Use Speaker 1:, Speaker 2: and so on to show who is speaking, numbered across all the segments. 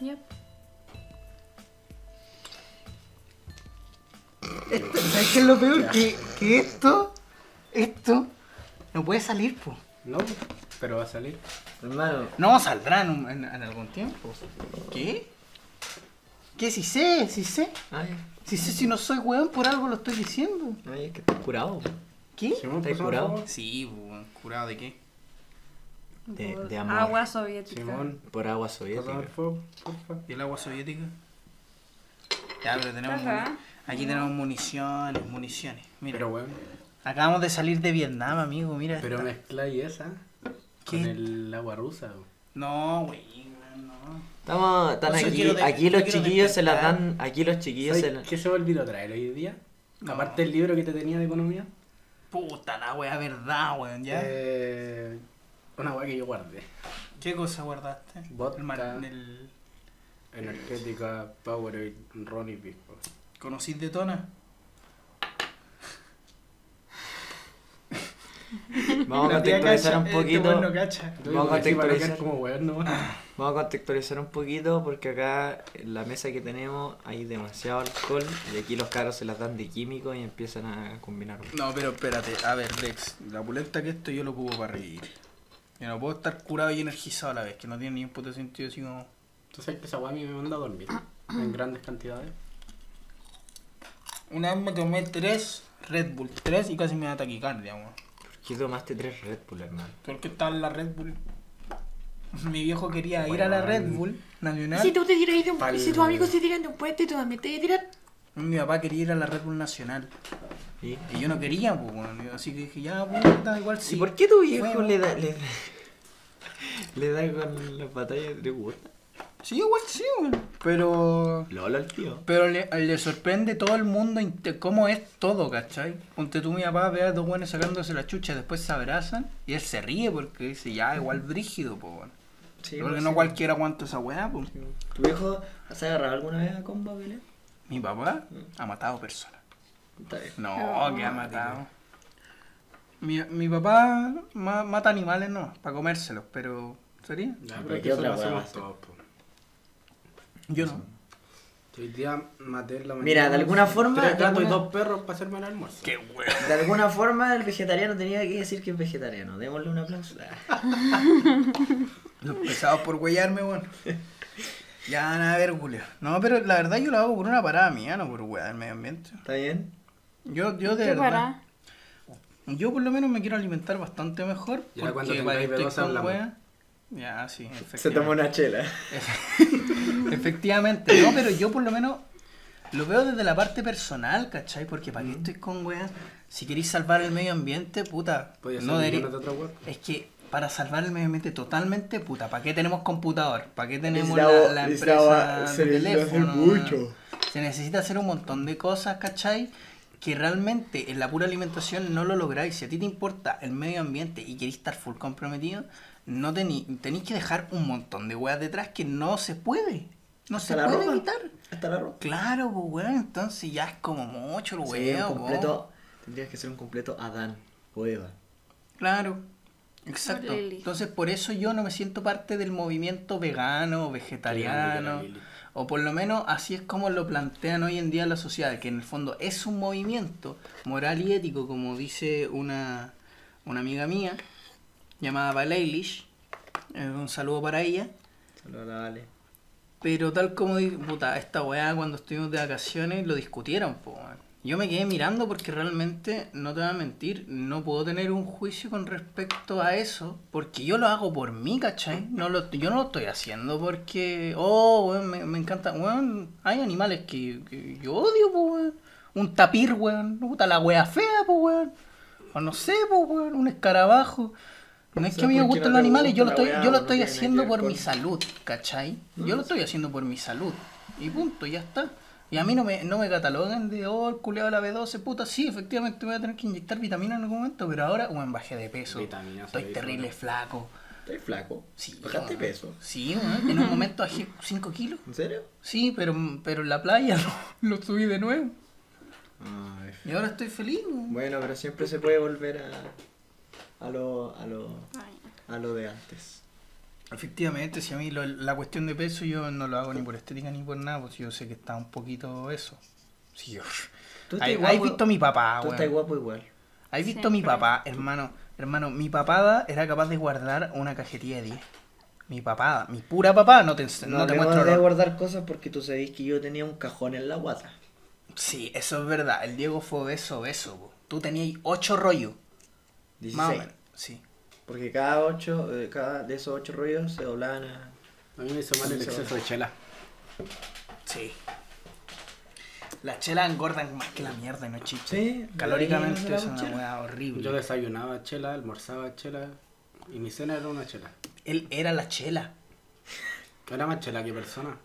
Speaker 1: Yep.
Speaker 2: Esto- ¿Sabes qué es lo peor? Que, que esto, esto, no puede salir, po.
Speaker 3: No, pero va a salir.
Speaker 4: Hermano,
Speaker 2: No, saldrá en, un- en- en algún tiempo. ¿Qué? ¿Qué? Si sé, si sé.
Speaker 4: ay,
Speaker 2: Si sé, si no soy weón, por algo lo estoy diciendo.
Speaker 4: ay, es que estás curado.
Speaker 2: ¿Qué?
Speaker 3: Simón,
Speaker 4: ¿Estás
Speaker 3: por
Speaker 4: curado?
Speaker 3: favor.
Speaker 2: Sí, weón, curado de qué.
Speaker 4: De-
Speaker 1: Por
Speaker 4: de amor.
Speaker 1: Agua soviética.
Speaker 3: Simón,
Speaker 4: Por agua
Speaker 3: pasamos el
Speaker 4: soviética.
Speaker 3: fuego, porfa.
Speaker 2: ¿Y el agua soviética? Ya, pero tenemos.
Speaker 1: Ajá.
Speaker 2: muni- Aquí tenemos municiones, municiones. Mira,
Speaker 3: Pero bueno,
Speaker 2: acabamos de salir de Vietnam, amigo. Mira.
Speaker 3: pero
Speaker 2: esta-
Speaker 3: mezcla y esa
Speaker 2: ¿Qué?
Speaker 3: con el agua rusa. güey.
Speaker 2: No, güey, no.
Speaker 4: Estamos, están
Speaker 2: Yo
Speaker 4: aquí,
Speaker 2: quiero de-
Speaker 4: aquí
Speaker 2: yo
Speaker 4: los
Speaker 2: quiero
Speaker 4: chiquillos se las
Speaker 2: despertar.
Speaker 4: dan, aquí los chiquillos se
Speaker 3: ¿Sabes
Speaker 4: las...
Speaker 3: qué se me olvidó traer hoy día?
Speaker 2: No.
Speaker 3: Aparte del libro que te tenía de economía.
Speaker 2: Puta la wea, verdad, weón, ya.
Speaker 3: eh, una weá que yo guardé.
Speaker 2: ¿Qué cosa guardaste?
Speaker 3: Vodka.
Speaker 2: El, mar- el-
Speaker 3: Energética, Powerade, Ron y Pisco.
Speaker 2: ¿Conocís de Tona?
Speaker 4: Vamos a
Speaker 2: La tía
Speaker 4: contextualizar
Speaker 2: cacha,
Speaker 4: un
Speaker 2: este weón no
Speaker 4: poquito.
Speaker 2: cacha.
Speaker 3: Yo
Speaker 4: Vamos a
Speaker 3: así para
Speaker 4: contextualizar.
Speaker 3: quedar como weón nomás.
Speaker 4: Vamos a contextualizar un poquito porque acá en la mesa que tenemos hay demasiado alcohol y aquí los caros se las dan de químico y empiezan a combinar.
Speaker 2: No, pero espérate, a ver, Dex, la pulenta que esto yo lo ocupo para reír. Yo no puedo estar curado y energizado a la vez, que no tiene ni un puto sentido así como.
Speaker 3: Tú sabes que esa weá a mí me manda a dormir en grandes cantidades.
Speaker 2: Una vez me tomé tres Red Bull, tres y casi me da taquicardia, weón.
Speaker 4: ¿Por qué tomaste tres Red Bull, hermano?
Speaker 2: Porque estaba en la Red Bull. Mi viejo quería ir a la Red Bull Nacional.
Speaker 5: te tiras de un
Speaker 3: Pal-
Speaker 5: si tus amigos se tiran de un puente, tú también te tiras.
Speaker 2: Mi papá quería ir a la Red Bull Nacional.
Speaker 4: ¿Y?
Speaker 2: Y yo no quería, pues, weón. Así que dije, ya, pues, puta, igual sí.
Speaker 4: ¿Y por qué tu
Speaker 2: Bueno.
Speaker 4: viejo le da, le da, le da con las batallas de Wood?
Speaker 2: Sí, igual sí, weón. Pero.
Speaker 4: Lola al tío.
Speaker 2: Pero le, le sorprende todo el mundo inte- cómo es todo, ¿cachai? Ponte tú, mi papá, ve a dos buenos sacándose la chucha, después se abrazan y él se ríe porque dice, ya, igual brígido, pues, weón. porque no cualquiera aguanta esa weá, pues.
Speaker 4: ¿Tu viejo se ha agarrado alguna vez a comba, Belén?
Speaker 2: Mi papá ha matado personas.
Speaker 4: Está bien.
Speaker 2: No, que ha matado. Mi, mi papá ma- mata animales, no, para comérselos, pero. ¿Sería?
Speaker 3: Ya,
Speaker 4: pero
Speaker 3: pero
Speaker 4: ¿qué
Speaker 3: que eso
Speaker 4: otra
Speaker 3: lo
Speaker 4: weá va a
Speaker 3: hacemos
Speaker 4: hacer?
Speaker 3: todos. po.
Speaker 2: Yo no.
Speaker 3: Yo hoy día maté en la mañana.
Speaker 4: Mira, de alguna forma,
Speaker 3: Tres
Speaker 4: de
Speaker 3: gatos y
Speaker 4: alguna-
Speaker 3: dos perros para hacerme el almuerzo.
Speaker 2: Qué weón.
Speaker 4: De alguna forma el vegetariano tenía que decir que es vegetariano. Démosle un aplauso. Ah.
Speaker 2: Los pesados por huellarme, weón. Ya, nada, a ver, Julio. No, pero la verdad yo lo hago por una parada mía, no por hueá del medio ambiente.
Speaker 4: ¿Está bien?
Speaker 2: Yo, yo de
Speaker 1: ¿Qué
Speaker 2: verdad.
Speaker 1: para?
Speaker 2: Yo por lo menos me quiero alimentar bastante mejor.
Speaker 3: Ya, cuando
Speaker 2: porque
Speaker 3: tengáis
Speaker 2: para que estoy
Speaker 3: verdosa
Speaker 2: con
Speaker 3: hablamos.
Speaker 2: hueá- Ya, sí, efectivamente.
Speaker 4: Se tomó una chela.
Speaker 2: Efectivamente, no, pero yo por lo menos lo veo desde la parte personal, ¿cachai? Porque para qué estoy con weas, si queréis salvar el medio ambiente, puta,
Speaker 3: Podía ser
Speaker 2: no
Speaker 3: no
Speaker 2: deberí-
Speaker 3: de otra weá.
Speaker 2: Es que para salvar el medio ambiente totalmente, puta, ¿para qué tenemos computador? ¿Para qué tenemos la,
Speaker 4: Necesitaba-
Speaker 2: la
Speaker 4: necesitaba-
Speaker 2: empresa
Speaker 4: se
Speaker 2: de
Speaker 4: necesita hacer
Speaker 2: teléfono?
Speaker 4: mucho.
Speaker 2: Se necesita hacer un montón de cosas, ¿cachai? Que realmente en la pura alimentación no lo lográis. Si a ti te importa el medio ambiente y queréis estar full comprometido, no tení, tenéis que dejar un montón de weas detrás que no se puede. No se
Speaker 4: la
Speaker 2: puede
Speaker 4: ropa.
Speaker 2: evitar.
Speaker 4: Hasta la ropa.
Speaker 2: Claro, pues weón, entonces ya es como mucho el
Speaker 4: Sería
Speaker 2: weón.
Speaker 4: un completo. Tendrías que ser un completo Adán o Eva.
Speaker 2: Claro, exacto.
Speaker 1: Lili.
Speaker 2: Entonces por eso yo no me siento parte del movimiento vegano o vegetariano.
Speaker 3: Lili.
Speaker 2: O por lo menos así es como lo plantean hoy en día la sociedad, que en el fondo es un movimiento moral y ético, como dice una, una amiga mía, llamada Val Eilish. Eh, un saludo para ella.
Speaker 4: Saludos Vale.
Speaker 2: Pero tal como di- puta, esta weá cuando estuvimos de vacaciones lo discutieron, po, weón. Yo me quedé mirando porque realmente, no te voy a mentir, no puedo tener un juicio con respecto a eso, porque yo lo hago por mí, ¿cachai? No lo, yo no lo estoy haciendo porque, oh, weón, me, me encanta, weón, hay animales que, que yo odio, po, weón. Un tapir, weón, puta, la weá fea, po, weón. O no sé, po, weón, un escarabajo. No es
Speaker 4: O
Speaker 2: que
Speaker 4: sea,
Speaker 2: a mí me
Speaker 4: porque
Speaker 2: gustan los
Speaker 4: no te
Speaker 2: animales, yo lo
Speaker 4: gusta
Speaker 2: estoy,
Speaker 4: la weá,
Speaker 2: yo lo
Speaker 4: no
Speaker 2: estoy
Speaker 4: tiene nada
Speaker 2: haciendo
Speaker 4: que ver
Speaker 2: por
Speaker 4: con-
Speaker 2: mi salud, ¿cachai? Yo lo estoy haciendo por mi salud. Y punto, ya está. Y a mí no me, no me catalogan de, oh, el culeado de la B12, puta, sí, efectivamente voy a tener que inyectar vitamina en algún momento, pero ahora, weón, bajé de peso.
Speaker 3: Vitamina,
Speaker 2: estoy
Speaker 3: soy
Speaker 2: terrible flaco.
Speaker 4: Estoy flaco.
Speaker 2: Sí, ah.
Speaker 4: Bajaste
Speaker 2: weón.
Speaker 4: peso.
Speaker 2: Sí, weón, en un momento bajé 5 kilos.
Speaker 4: ¿En serio?
Speaker 2: Sí, pero, pero en la playa lo, lo subí de nuevo.
Speaker 4: Ay.
Speaker 2: Y ahora estoy feliz, weón.
Speaker 4: Bueno, pero siempre se puede volver a. a lo. a lo. a lo de antes.
Speaker 2: Efectivamente, si a mí lo- la cuestión de peso yo no lo hago ni por estética ni por nada, pues yo sé que está un poquito eso. Sí, yo-
Speaker 4: Tú estás
Speaker 2: Ahí-
Speaker 4: guapo-
Speaker 2: ¿Has visto a mi Ah, papá,
Speaker 4: Tú
Speaker 2: weón?
Speaker 4: estás guapo igual.
Speaker 2: ¿Has visto a mi papá, hermano? Hermano, mi papada era capaz de guardar una cajetilla de 10. Mi papada, mi pura papada, no te, ens- no
Speaker 4: No,
Speaker 2: te
Speaker 4: te
Speaker 2: muestro.
Speaker 4: de
Speaker 2: no.
Speaker 4: guardar cosas porque tú sabés que yo tenía un cajón en la guata.
Speaker 2: Sí, eso es verdad. El Diego fue obeso, obeso. po. Tú tenías 8 rollos. Más o
Speaker 4: 16.
Speaker 2: menos. Sí.
Speaker 4: Porque cada ocho, eh, cada de esos ocho rollos se doblaban a...
Speaker 3: A mí me hizo mal el exceso de chela.
Speaker 2: Sí. Las chelas engordan más que la mierda, no chiste.
Speaker 4: Sí,
Speaker 2: Calóricamente
Speaker 4: de ahí
Speaker 2: es
Speaker 4: no
Speaker 2: una
Speaker 4: se la
Speaker 2: weá horrible.
Speaker 3: Yo desayunaba chela, almorzaba chela y mi cena era una chela.
Speaker 2: Él era la chela.
Speaker 3: Era más chela que persona.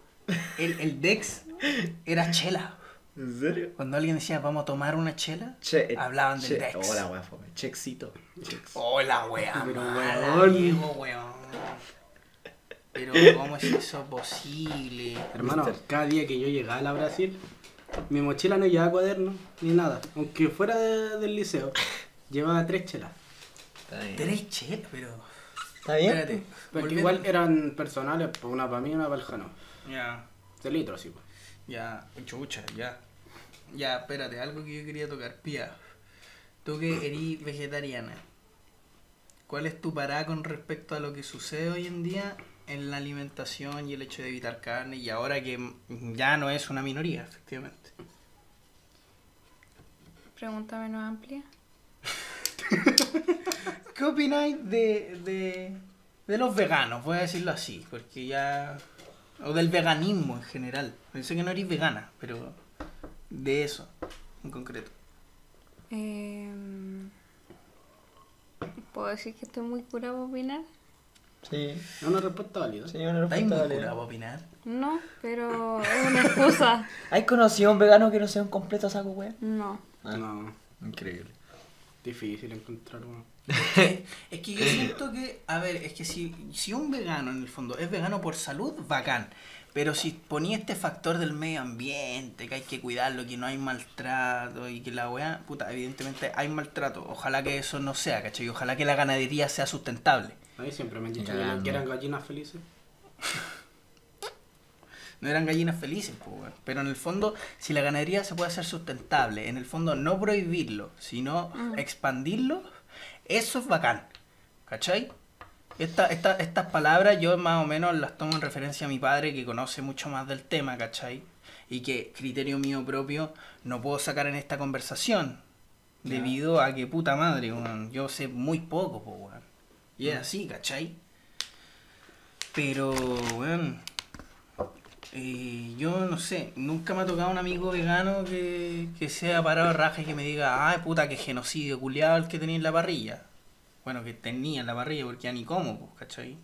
Speaker 2: El, el Dex era chela.
Speaker 4: ¿En serio?
Speaker 2: Cuando alguien decía, vamos a tomar una chela,
Speaker 4: Che, eh,
Speaker 2: hablaban del
Speaker 4: che-
Speaker 2: Dex.
Speaker 4: Hola, weá, fome. Chexito.
Speaker 2: Hola, weá.
Speaker 3: Pero,
Speaker 2: mala,
Speaker 3: weón.
Speaker 2: Diego, weón. Pero, ¿cómo es eso posible?
Speaker 3: Hermano, cada día que yo llegaba a la Brasil, mi mochila no llevaba cuaderno ni nada. Aunque fuera de- del liceo, llevaba tres chelas.
Speaker 4: Está bien.
Speaker 2: Tres chelas, pero.
Speaker 4: ¿Está
Speaker 2: Espérate.
Speaker 3: Porque
Speaker 2: volviendo-
Speaker 3: igual eran personales, pues, una para mí y una para el Jano.
Speaker 2: Ya,
Speaker 3: De litro, sí. pues.
Speaker 2: ya, chucha, ya. Ya, espérate, algo que yo quería tocar. Pía, tú que eres vegetariana, ¿cuál es tu parada con respecto a lo que sucede hoy en día en la alimentación y el hecho de evitar carne y ahora que mm, ya no es una minoría, efectivamente?
Speaker 1: Pregunta menos amplia.
Speaker 2: ¿Qué opináis de, de, de los veganos? Voy a decirlo así, porque ya... O del veganismo en general. Pensé que no eres vegana, pero de eso, en concreto.
Speaker 1: Em, ¿Puedo decir que estoy muy curada por opinar?
Speaker 4: Sí,
Speaker 3: Es una respuesta válida.
Speaker 4: sí, una
Speaker 2: ¿Estáis
Speaker 4: respuesta
Speaker 2: muy
Speaker 4: válida.
Speaker 2: curado para opinar?
Speaker 1: No, pero es una excusa.
Speaker 4: ¿Has conocido a un vegano que no sea un completo saco, weá?
Speaker 1: No.
Speaker 3: No,
Speaker 4: Increíble.
Speaker 3: difícil encontrar uno.
Speaker 2: Es que yo siento que, a ver, es que si, si un vegano en el fondo es vegano por salud, bacán. Pero si ponía este factor del medio ambiente, que hay que cuidarlo, que no hay maltrato y que la weá, puta, evidentemente hay maltrato. Ojalá que eso no sea, ¿cachai? Ojalá que la ganadería sea sustentable.
Speaker 3: A mí siempre me han dicho
Speaker 4: Cagando.
Speaker 3: que eran gallinas felices.
Speaker 2: No eran gallinas felices, po, weón. pero en el fondo, si la ganadería se puede hacer sustentable, en el fondo no prohibirlo, sino expandirlo, eso es bacán. ¿Cachai? Esta- esta- estas palabras yo más o menos las tomo en referencia a mi padre que conoce mucho más del tema, ¿cachai? Y que criterio mío propio no puedo sacar en esta conversación. Debido a que puta madre, weón, yo sé muy poco, po, weón. Y es así, ¿cachai? Pero, weón, eh, yo no sé, nunca me ha tocado un amigo vegano que, que sea parado a raja y que me diga, ay puta, que genocidio culiado el que tenía en la parrilla. Bueno, que tenía en la parrilla porque ya ni como, pues, ¿cachai?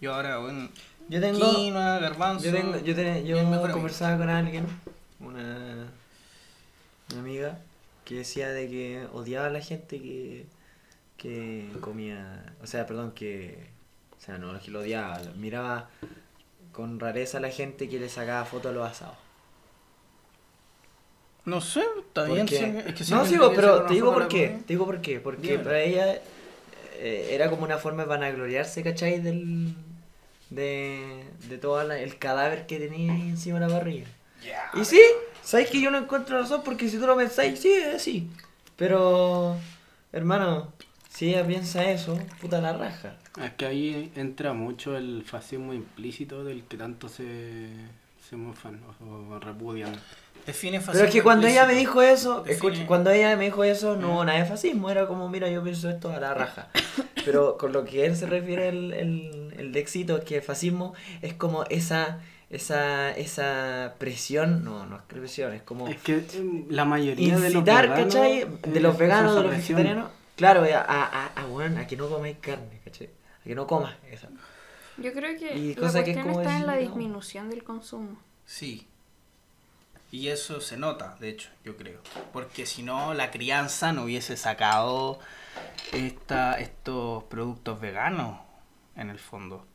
Speaker 2: Yo ahora, bueno,
Speaker 4: Yo tengo...
Speaker 2: quinoa, garbanzo.
Speaker 4: Yo tengo, yo, tenía-
Speaker 2: y
Speaker 4: yo
Speaker 2: el mejor amigo.
Speaker 4: conversaba con alguien, una, una amiga, que decía de que odiaba a la gente que, que comía, o sea, perdón, que, o sea, no, no es que lo odiaba, lo- miraba con rareza a la gente que le sacaba fotos a los asados.
Speaker 2: No sé, está bien.
Speaker 4: Porque-
Speaker 2: sí, es que
Speaker 4: no,
Speaker 2: siempre
Speaker 4: sí, bo,
Speaker 2: quería sacar
Speaker 4: pero
Speaker 2: una
Speaker 4: te digo
Speaker 2: foto a
Speaker 4: por
Speaker 2: la
Speaker 4: qué,
Speaker 2: comida.
Speaker 4: te digo por qué, porque
Speaker 2: Dímelo.
Speaker 4: para ella eh, era como una forma de vanagloriarse, ¿cachai? Del, de, de todo la- el cadáver que tenía ahí encima de la barriga. Y sí, sabes que yo no encuentro razón porque si tú lo pensáis, sí, es así. Pero, hermano, si ella piensa eso, puta la raja.
Speaker 3: Es que ahí entra mucho el fascismo implícito del que tanto se, se mofan o, o repudian.
Speaker 2: Define
Speaker 4: Pero es que
Speaker 2: fascismo
Speaker 4: cuando ella me
Speaker 2: implícito.
Speaker 4: dijo eso,
Speaker 2: Define-
Speaker 4: escucha, cuando ella me dijo eso, no hubo nada de fascismo, era como, mira, yo pienso esto a la raja. Pero con lo que él se refiere el, el, el de éxito, es que el fascismo es como esa, esa, esa presión, no, no es presión, es como...
Speaker 3: Es que eh, la mayoría de los
Speaker 4: incitar,
Speaker 3: veganos,
Speaker 4: ¿cachai? De
Speaker 3: eh,
Speaker 4: los veganos,
Speaker 3: esa
Speaker 4: de los
Speaker 3: presión.
Speaker 4: vegetarianos. Claro, eh, a, a, a, a, weón, a que no comáis carne, ¿cachai? A que no comas esa.
Speaker 1: Yo creo que
Speaker 4: Y
Speaker 1: la
Speaker 4: cosa
Speaker 1: cuestión
Speaker 4: que es como
Speaker 1: está en
Speaker 4: decir,
Speaker 1: la
Speaker 4: no.
Speaker 1: disminución del consumo.
Speaker 2: Sí. Y eso se nota, de hecho, yo creo. Porque si no, la crianza no hubiese sacado esta, estos productos veganos, en el fondo.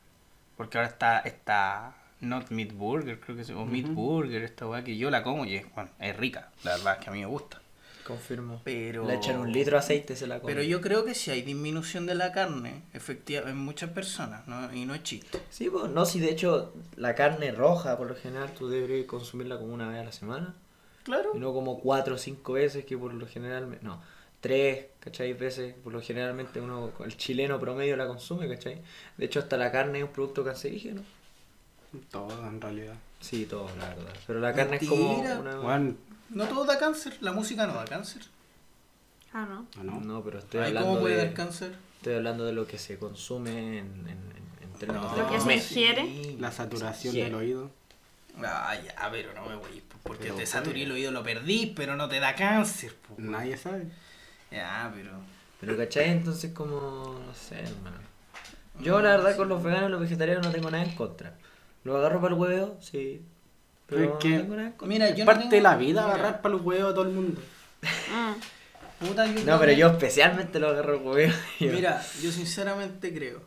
Speaker 2: Porque ahora está esta Not Meat Burger, creo que se o Meat Burger, esta weá que yo la como y es, bueno, es rica. La verdad es que a mí me gusta.
Speaker 4: Confirmo.
Speaker 2: Pero-
Speaker 4: Le echan un litro de aceite, se la comen.
Speaker 2: Pero yo creo que si hay disminución de la carne, efectiva, en muchas personas, ¿no? y no es chiste.
Speaker 4: Sí, pues, no, si de hecho la carne roja por lo general tú deberías consumirla como una vez a la semana.
Speaker 2: Claro.
Speaker 4: Y no como cuatro o cinco veces que por lo general... me- No, tres, ¿cachai? Veces por lo generalmente uno, el chileno promedio la consume, ¿cachai? De hecho hasta la carne es un producto cancerígeno.
Speaker 3: Todo, en realidad.
Speaker 4: Sí, todo, la verdad. Pero la carne es como
Speaker 2: Mentira.
Speaker 4: una...
Speaker 3: Bueno,
Speaker 2: No todo da cáncer, la música no da cáncer.
Speaker 1: Ah, no.
Speaker 3: no.
Speaker 4: No, pero estoy
Speaker 2: Ay,
Speaker 4: hablando,
Speaker 2: ¿Cómo puede
Speaker 4: de,
Speaker 2: dar cáncer?
Speaker 4: estoy hablando de lo que se consume en, en, en- en términos
Speaker 1: Lo
Speaker 4: de
Speaker 1: que se
Speaker 4: comer.
Speaker 1: ingiere.
Speaker 2: sí.
Speaker 3: La saturación
Speaker 4: Sí.
Speaker 3: del oído.
Speaker 2: Ay, ya, pero no me voy, porque
Speaker 3: Pero,
Speaker 2: te saturé el oído, lo perdí, pero no te da cáncer. po.
Speaker 3: Nadie sabe.
Speaker 2: Ya, pero...
Speaker 4: Pero ¿cachai? Entonces como... No sé, hermano. Yo
Speaker 2: Mm,
Speaker 4: la verdad con los veganos y los vegetarianos no tengo nada en contra. Lo agarro para el huevo, sí. Pero
Speaker 3: Pero es que-
Speaker 4: no tengo nada en contra.
Speaker 2: Mira, yo no
Speaker 3: Parte
Speaker 2: tengo-
Speaker 3: de la vida
Speaker 2: Mira,
Speaker 3: agarrar para los huevos a todo el mundo.
Speaker 1: Mm.
Speaker 2: puta, yo
Speaker 4: No,
Speaker 2: creo
Speaker 4: pero
Speaker 2: que-
Speaker 4: yo especialmente lo agarro al huevo.
Speaker 2: Mira, yo sinceramente creo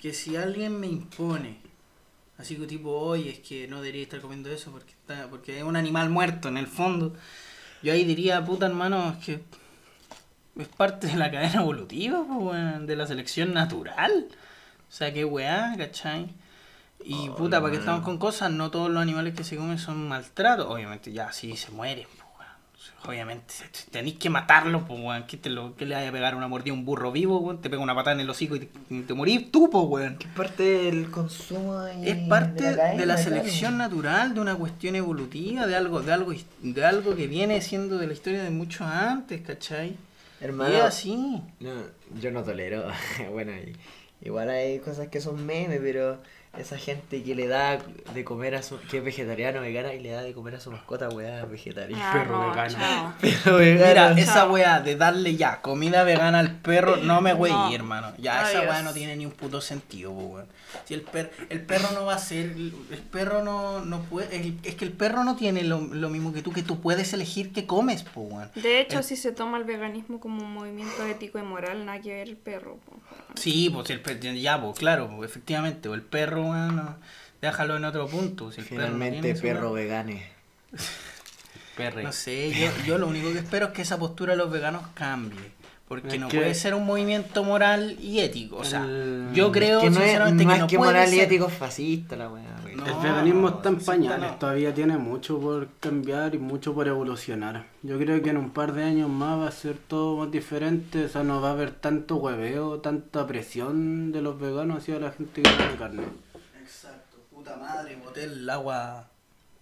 Speaker 2: que si alguien me impone, así que tipo, oye, es que no debería estar comiendo eso porque está, porque es un animal muerto en el fondo, yo ahí diría, puta hermano, es que es parte de la cadena evolutiva, po, weón, de la selección natural. O sea, qué weá, ¿cachai? Y
Speaker 4: Oh,
Speaker 2: puta, ¿para qué estamos con
Speaker 4: hermano.
Speaker 2: cosas? No todos los animales que se comen son maltrato. Obviamente, ya, sí, se mueren, po, weón. Obviamente, tenéis que matarlo, pues, weón. ¿Qué, te lo, qué le vaya a pegar una mordida a un burro vivo, weón? Te pega una patada en el hocico y te, y te morís tú, pues, weón.
Speaker 4: Es parte del consumo y
Speaker 2: Es parte de la,
Speaker 4: cadena, claro.
Speaker 2: selección natural, de una cuestión evolutiva, de algo, de algo, his- de algo que viene siendo de la historia de mucho antes, ¿cachai? Y es
Speaker 4: Hermano,
Speaker 2: así.
Speaker 4: No, yo no tolero. bueno, y- igual hay cosas que son memes, pero esa gente que le da de comer a su. que es vegetariano, vegana y le da de comer a su mascota, weá, vegetariana.
Speaker 1: Ah,
Speaker 3: perro
Speaker 1: no,
Speaker 3: vegano.
Speaker 1: chao.
Speaker 4: Pero
Speaker 2: Mira,
Speaker 4: vegana.
Speaker 2: esa weá de darle ya comida vegana al perro, no me güey,
Speaker 1: No.
Speaker 2: hermano. Ya, esa
Speaker 1: Adiós.
Speaker 2: weá no tiene ni un puto sentido, po, weón. Si el, per- el perro no va a ser. El perro no, no puede. el- es que el perro no tiene lo, lo mismo que tú, que tú puedes elegir qué comes, po, weón.
Speaker 1: De hecho, si se toma el veganismo como un movimiento ético y moral, nada que ver el perro. po.
Speaker 2: Sí, pues el perro. Ya, pues claro, po, efectivamente. O el perro, weón, no- déjalo en otro punto. Si el perro no
Speaker 4: Finalmente,
Speaker 2: tiene su
Speaker 4: perro
Speaker 2: weá.
Speaker 4: vegane.
Speaker 3: Perre.
Speaker 2: No sé, yo, yo lo único que espero es que esa postura de los veganos cambie. Porque
Speaker 3: Es
Speaker 2: no
Speaker 3: que-
Speaker 2: puede ser un movimiento moral y ético. O sea,
Speaker 3: El-
Speaker 2: yo creo
Speaker 4: que no es,
Speaker 2: sinceramente
Speaker 4: más
Speaker 2: que no
Speaker 4: que
Speaker 2: puede
Speaker 4: moral y
Speaker 2: ser.
Speaker 4: ético es fascista la weá. weá.
Speaker 2: No,
Speaker 3: El veganismo
Speaker 2: no,
Speaker 3: está en
Speaker 2: sí,
Speaker 3: pañales,
Speaker 2: no.
Speaker 3: todavía tiene mucho por cambiar y mucho por evolucionar. Yo creo que en un par de años más va a ser todo más diferente, o sea, no va a haber tanto hueveo, tanta presión de los veganos hacia la gente que come carne.
Speaker 2: Exacto, puta madre, boté el agua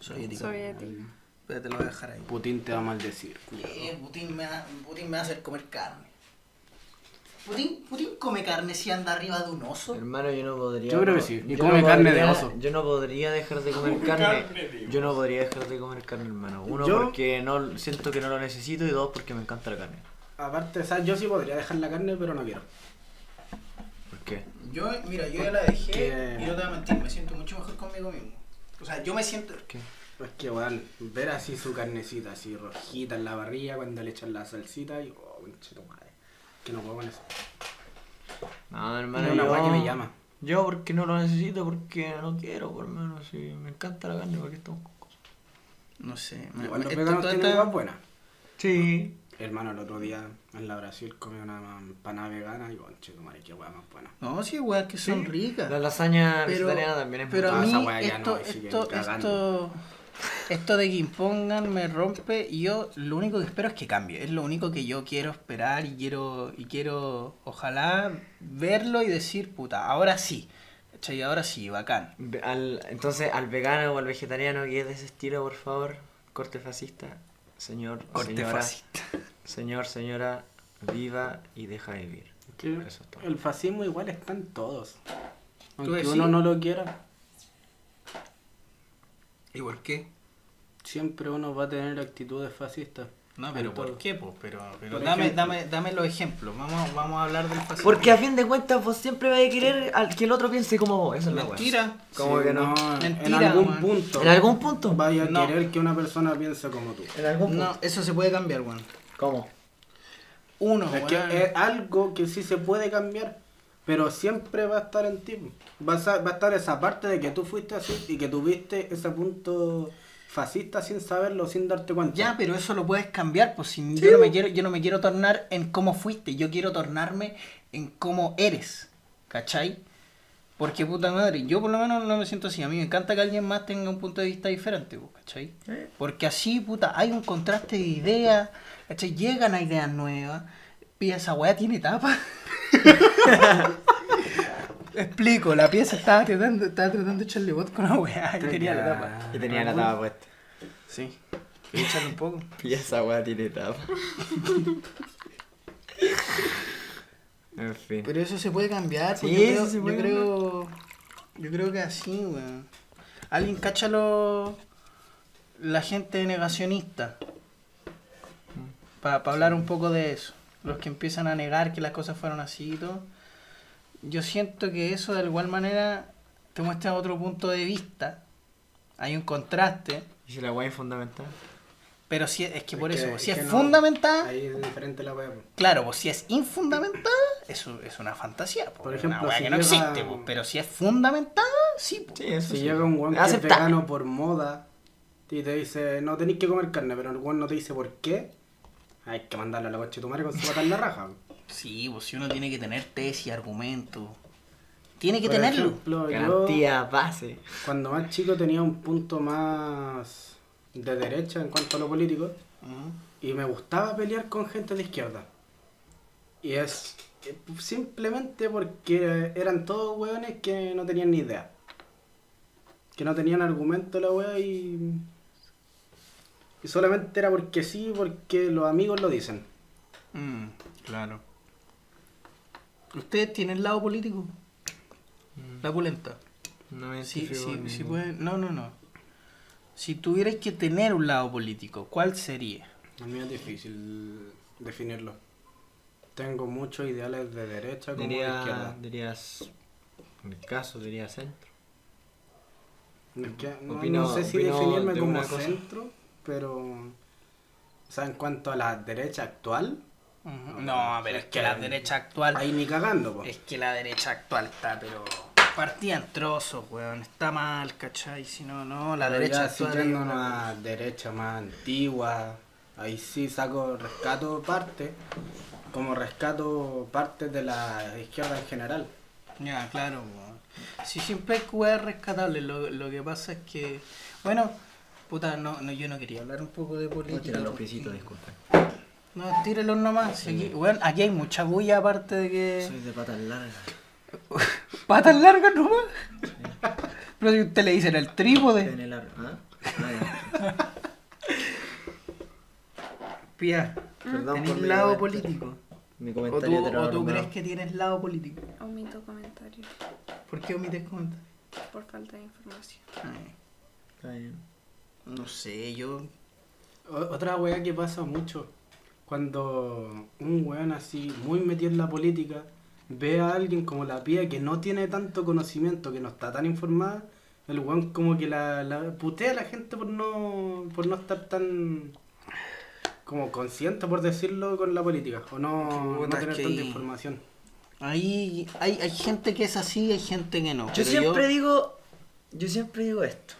Speaker 2: soviética.
Speaker 1: Soy ético.
Speaker 2: Pero te lo voy a dejar ahí.
Speaker 3: Putin te va a maldecir.
Speaker 2: Eh, Putin, me va, Putin me va a hacer comer carne. Putin, Putin come carne si anda arriba de un oso.
Speaker 4: Hermano, yo no podría.
Speaker 3: Yo creo que sí, y
Speaker 4: yo
Speaker 3: come carne de
Speaker 4: podría-
Speaker 3: oso.
Speaker 4: Yo no podría dejar de comer carne. Yo no podría dejar de comer carne, hermano. Uno,
Speaker 3: Yo-
Speaker 4: porque no siento que no lo necesito. Y dos, porque me encanta la carne.
Speaker 3: Aparte, o sea, yo sí podría dejar la carne, pero no quiero.
Speaker 4: ¿Por qué?
Speaker 2: Yo, mira, yo ya la dejé
Speaker 3: Que-
Speaker 2: y no te voy a mentir, me siento mucho mejor conmigo mismo. O sea, yo me siento.
Speaker 4: ¿Qué?
Speaker 3: Es que, weón, ver así su carnecita, así rojita en la barriga cuando le echan la salsita y, oh, conchito madre, que no puedo con eso.
Speaker 4: No, hermano,
Speaker 3: Es una
Speaker 4: yo...
Speaker 3: weá que me llama.
Speaker 4: Yo porque no lo necesito, porque no quiero, por hermano. Si me encanta la carne, ¿para qué estamos con cosas?
Speaker 2: No sé,
Speaker 3: Igual los
Speaker 2: esto-
Speaker 3: veganos
Speaker 2: toda
Speaker 3: tienen
Speaker 2: esta-
Speaker 3: weas buenas.
Speaker 4: Sí.
Speaker 3: Hermano, el otro día en la Brasil comí una empanada vegana y conche, tu madre, qué hueá más buena.
Speaker 2: No, sí, weas que son ricas.
Speaker 4: La lasaña
Speaker 2: Pero,
Speaker 4: vegetariana también es
Speaker 2: pero a
Speaker 3: Ah,
Speaker 2: mí
Speaker 3: esa wea ya
Speaker 2: esto,
Speaker 3: no, sí que
Speaker 2: esto,
Speaker 3: cagando.
Speaker 2: esto, esto de que impongan me rompe y yo lo único que espero es que cambie. Es lo único que yo quiero esperar y quiero, y quiero ojalá verlo y decir, puta, ahora sí. ¿Cachai? Ahora sí, bacán.
Speaker 4: Ve- al- entonces, al vegano o al vegetariano que es de ese estilo, por favor, corte fascista. Señor,
Speaker 2: Corte
Speaker 4: señora,
Speaker 2: fascista.
Speaker 4: señor, señora, viva y deja de vivir. Eso es todo.
Speaker 3: el fascismo igual está en todos. Aunque
Speaker 2: decís?
Speaker 3: uno no lo quiera,
Speaker 2: ¿Y por qué?
Speaker 3: siempre uno va a tener actitudes fascistas.
Speaker 2: No, pero
Speaker 3: En
Speaker 2: ¿por
Speaker 3: todo.
Speaker 2: qué? Pues, pero pero
Speaker 3: Por
Speaker 2: dame,
Speaker 3: ejemplo.
Speaker 2: dame, dame los ejemplos. Vamos, vamos a hablar del fascismo.
Speaker 4: Porque a fin de cuentas vos siempre vas a querer al que el otro piense como vos. Esa es la weá.
Speaker 2: Mentira.
Speaker 4: Como
Speaker 3: Sí,
Speaker 4: que no.
Speaker 3: En
Speaker 2: Mentira,
Speaker 3: algún
Speaker 2: weón.
Speaker 3: punto.
Speaker 4: En algún punto.
Speaker 3: Vaya a
Speaker 2: No.
Speaker 3: querer que una persona piense como tú.
Speaker 4: En algún punto.
Speaker 2: No, eso se puede cambiar, weón.
Speaker 4: ¿Cómo?
Speaker 2: Uno,
Speaker 3: Es que
Speaker 2: weón.
Speaker 3: es algo que sí se puede cambiar, pero siempre va a estar en ti. Vas a- Va a, estar esa parte de que tú fuiste así y que tuviste ese punto fascista sin saberlo, sin darte cuenta.
Speaker 2: Ya, pero eso lo puedes cambiar, pues si yo no me quiero, yo no me quiero tornar en cómo fuiste, yo quiero tornarme en cómo eres, ¿cachai? Porque puta madre, yo por lo menos no me siento así, a mí me encanta que alguien más tenga un punto de vista diferente, pues, ¿cachai?
Speaker 4: Eh.
Speaker 2: Porque así, puta, hay un contraste de ideas, ¿cachai? Llegan a ideas nuevas, y esa weá tiene tapa. Explico, la pieza estaba tratando, estaba tratando de echarle bot con la weá y tenía la tapa.
Speaker 4: Y tenía la tapa puesta.
Speaker 2: Sí, échale un poco.
Speaker 4: Y esa weá tiene tapa. en fin.
Speaker 2: Pero eso se puede cambiar, pues,
Speaker 4: Sí,
Speaker 2: yo,
Speaker 4: eso
Speaker 2: creo,
Speaker 4: se puede
Speaker 2: yo, creo, yo creo que así, weón. Alguien cacha lo- la gente negacionista. Para hablar un poco de eso. Los que empiezan a negar que las cosas fueron así y todo. Yo siento que eso de igual manera te muestra otro punto de vista. Hay un contraste.
Speaker 4: Y si la weá es fundamental.
Speaker 2: Pero si es, es que por eso,
Speaker 3: que-
Speaker 2: si es,
Speaker 3: que no,
Speaker 2: fundamentada,
Speaker 3: Ahí es diferente la wea. po.
Speaker 2: Claro, pues si es infundamentada, eso es una fantasía. po,
Speaker 3: Por
Speaker 2: es
Speaker 3: ejemplo,
Speaker 2: una weá
Speaker 3: si
Speaker 2: que no
Speaker 3: llega-
Speaker 2: existe, po, pero si es fundamentada, sí. pues. po.
Speaker 4: Sí, eso
Speaker 3: Si
Speaker 4: sí.
Speaker 3: llega un weón que es
Speaker 4: Aceptable.
Speaker 3: vegano por moda y te dice, no tenéis que comer carne, pero el weón no te dice por qué, hay que mandarlo a la coche de tu madre con su pata en la raja. po.
Speaker 2: Sí, pues si uno tiene que tener tesis, argumentos. Tiene que
Speaker 3: Por
Speaker 2: tenerlo.
Speaker 3: ejemplo, yo-
Speaker 4: Garantía base.
Speaker 3: Cuando más chico tenía un punto más de derecha en cuanto a lo político
Speaker 2: Ujú.
Speaker 3: y me gustaba pelear con gente de izquierda. Y es eh, simplemente porque eran todos hueones que no tenían ni idea. Que no tenían argumento la wea y... Y solamente era porque sí, porque los amigos lo dicen.
Speaker 2: Mm, claro. ¿Ustedes tienen lado político?
Speaker 3: Mm.
Speaker 2: La pulenta.
Speaker 4: No me
Speaker 2: Sí,
Speaker 4: identifico
Speaker 2: sí,
Speaker 4: con
Speaker 2: sí
Speaker 4: ningún-
Speaker 2: pueden- No, no, no. Si tuvierais que tener un lado político, ¿cuál sería?
Speaker 3: A mí es difícil definirlo. Tengo muchos ideales de derecha como de
Speaker 4: Diría,
Speaker 3: izquierda.
Speaker 4: dirías, en el caso diría centro.
Speaker 2: Mm,
Speaker 3: Es que no,
Speaker 4: Opino-
Speaker 3: no sé si
Speaker 4: opino
Speaker 3: definirme
Speaker 4: de
Speaker 3: como
Speaker 4: una cosa.
Speaker 3: centro, pero. O sea, en cuanto a la derecha actual, Mm,
Speaker 2: Ujú. No, pero es que la derecha actual.
Speaker 3: ahí ni cagando, po.
Speaker 2: Es que la derecha actual está, pero partía en trozos, weón. Está mal, ¿cachai? Si no, no, la
Speaker 3: Pero
Speaker 2: derecha
Speaker 3: ya
Speaker 2: actual.
Speaker 3: si
Speaker 2: es
Speaker 3: yendo a
Speaker 2: una-
Speaker 3: una derecha más antigua, ahí sí saco, rescato parte, como rescato partes de la izquierda en general.
Speaker 2: Ya, claro, weón. Si siempre hay weas rescatables, lo, lo que pasa es que. Bueno, puta, no, no, yo no quería hablar un poco de política. porque-
Speaker 4: disculpen.
Speaker 2: No, tírelos nomás. si aquí, weón, aquí hay mucha bulla aparte de que.
Speaker 4: Soy de patas largas.
Speaker 2: Patas largas nomás. Pero si usted le dicen el trípode.
Speaker 4: el arco,
Speaker 2: Pía,
Speaker 4: Perdón
Speaker 2: tenés
Speaker 4: por mi
Speaker 2: lado
Speaker 4: comentario.
Speaker 2: político.
Speaker 4: Mi
Speaker 2: O
Speaker 4: comentario
Speaker 2: tú,
Speaker 4: te lo
Speaker 2: o tú
Speaker 4: hago,
Speaker 2: crees
Speaker 4: ¿no?
Speaker 2: que tienes lado político.
Speaker 1: Omito comentarios
Speaker 2: ¿Por qué omites comentarios?
Speaker 1: por falta de información.
Speaker 4: Está bien.
Speaker 2: No sé, yo.
Speaker 3: O- Otra weá que pasa mucho, cuando un weón así, muy metido en la política, ve a alguien como la pía que no tiene tanto conocimiento, que no está tan informada, el weón como que la, la putea a la gente por no, por no estar tan como consciente, por decirlo, con la política, o no, no
Speaker 2: Puta, es
Speaker 3: tener
Speaker 2: que-
Speaker 3: tanta información.
Speaker 2: Ahí hay, hay gente que es así y hay gente que no.
Speaker 4: Yo
Speaker 2: pero
Speaker 4: siempre digo, yo siempre digo esto.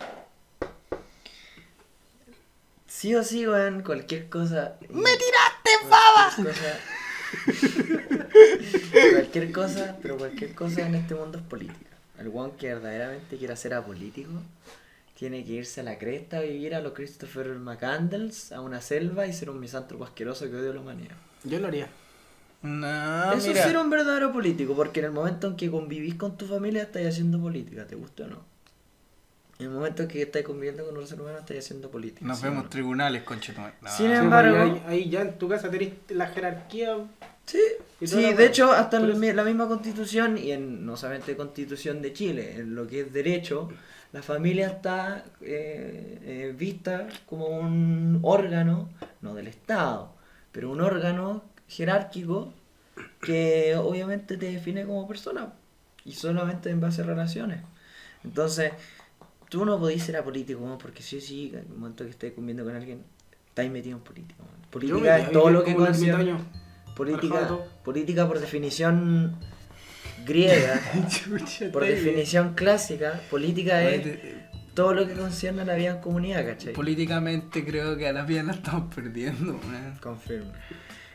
Speaker 4: Sí o sí, weón, cualquier cosa. ¡Me tiraste, baba! cualquier cosa, pero cualquier cosa en este mundo es política. El weón que verdaderamente quiera ser apolítico tiene que irse a la cresta a vivir a los Christopher McCandles, a una selva y ser un misántropo asqueroso que odio a la humanidad.
Speaker 3: Yo lo haría.
Speaker 2: No,
Speaker 4: Eso es
Speaker 2: Ah, mira.
Speaker 4: ser un verdadero político, porque en el momento en que convivís con tu familia estáis haciendo política, te gusta o no. En el momento en que estáis conviviendo con otros hermanos estáis haciendo política.
Speaker 2: Nos
Speaker 4: ¿sí o
Speaker 2: vemos Ah.
Speaker 4: no?
Speaker 2: tribunales, conchetumare. No.
Speaker 4: Sin
Speaker 3: Sí,
Speaker 4: embargo,
Speaker 3: porque ahí, ahí ya en tu casa tenés la jerarquía.
Speaker 4: Sí,
Speaker 3: Y toda
Speaker 4: sí
Speaker 3: la
Speaker 4: de
Speaker 3: wea.
Speaker 4: hecho, hasta
Speaker 3: Pero
Speaker 4: la,
Speaker 3: es-
Speaker 4: mi- la misma constitución, y en, no solamente constitución de Chile, en lo que es derecho, la familia está eh, eh, vista como un órgano, no del Estado, pero un órgano jerárquico que obviamente te define como persona y solamente en base a relaciones. Entonces, tú no podís ser apolítico, weón, porque sí, o sí, en el momento que estés comiendo con alguien, estáis metido en política. weón.
Speaker 3: Yo me
Speaker 4: Política es
Speaker 3: iría
Speaker 4: todo
Speaker 3: a
Speaker 4: lo
Speaker 3: vivir
Speaker 4: que
Speaker 3: como un
Speaker 4: concierne-
Speaker 3: ermitaño.
Speaker 4: Política,
Speaker 3: Alfaro.
Speaker 4: política por definición
Speaker 2: Este Este-
Speaker 4: griega, por definición clásica, política es todo lo que concierne a la vida en comunidad, ¿cachai?
Speaker 2: Políticamente creo que a las vías la estamos perdiendo, weón.
Speaker 4: Confirmo.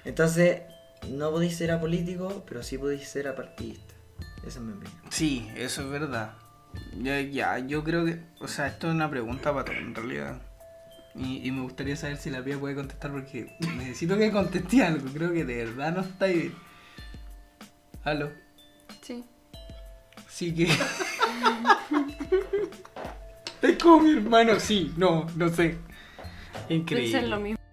Speaker 4: Entonces, no podéis ser apolítico, pero sí podéis ser apartidista. Esa es mi opinión.
Speaker 2: Sí, eso es verdad. Ya, ya, yo creo que. O sea, esto es una pregunta para todo, en realidad. Y, y me gustaría saber si la pía puede contestar porque necesito que conteste algo. Creo que de verdad no está bien. Aló.
Speaker 1: Sí.
Speaker 2: Sí que. es como mi hermano, Ah, sí, no, no sé. Increíble.
Speaker 1: Piensen lo mismo.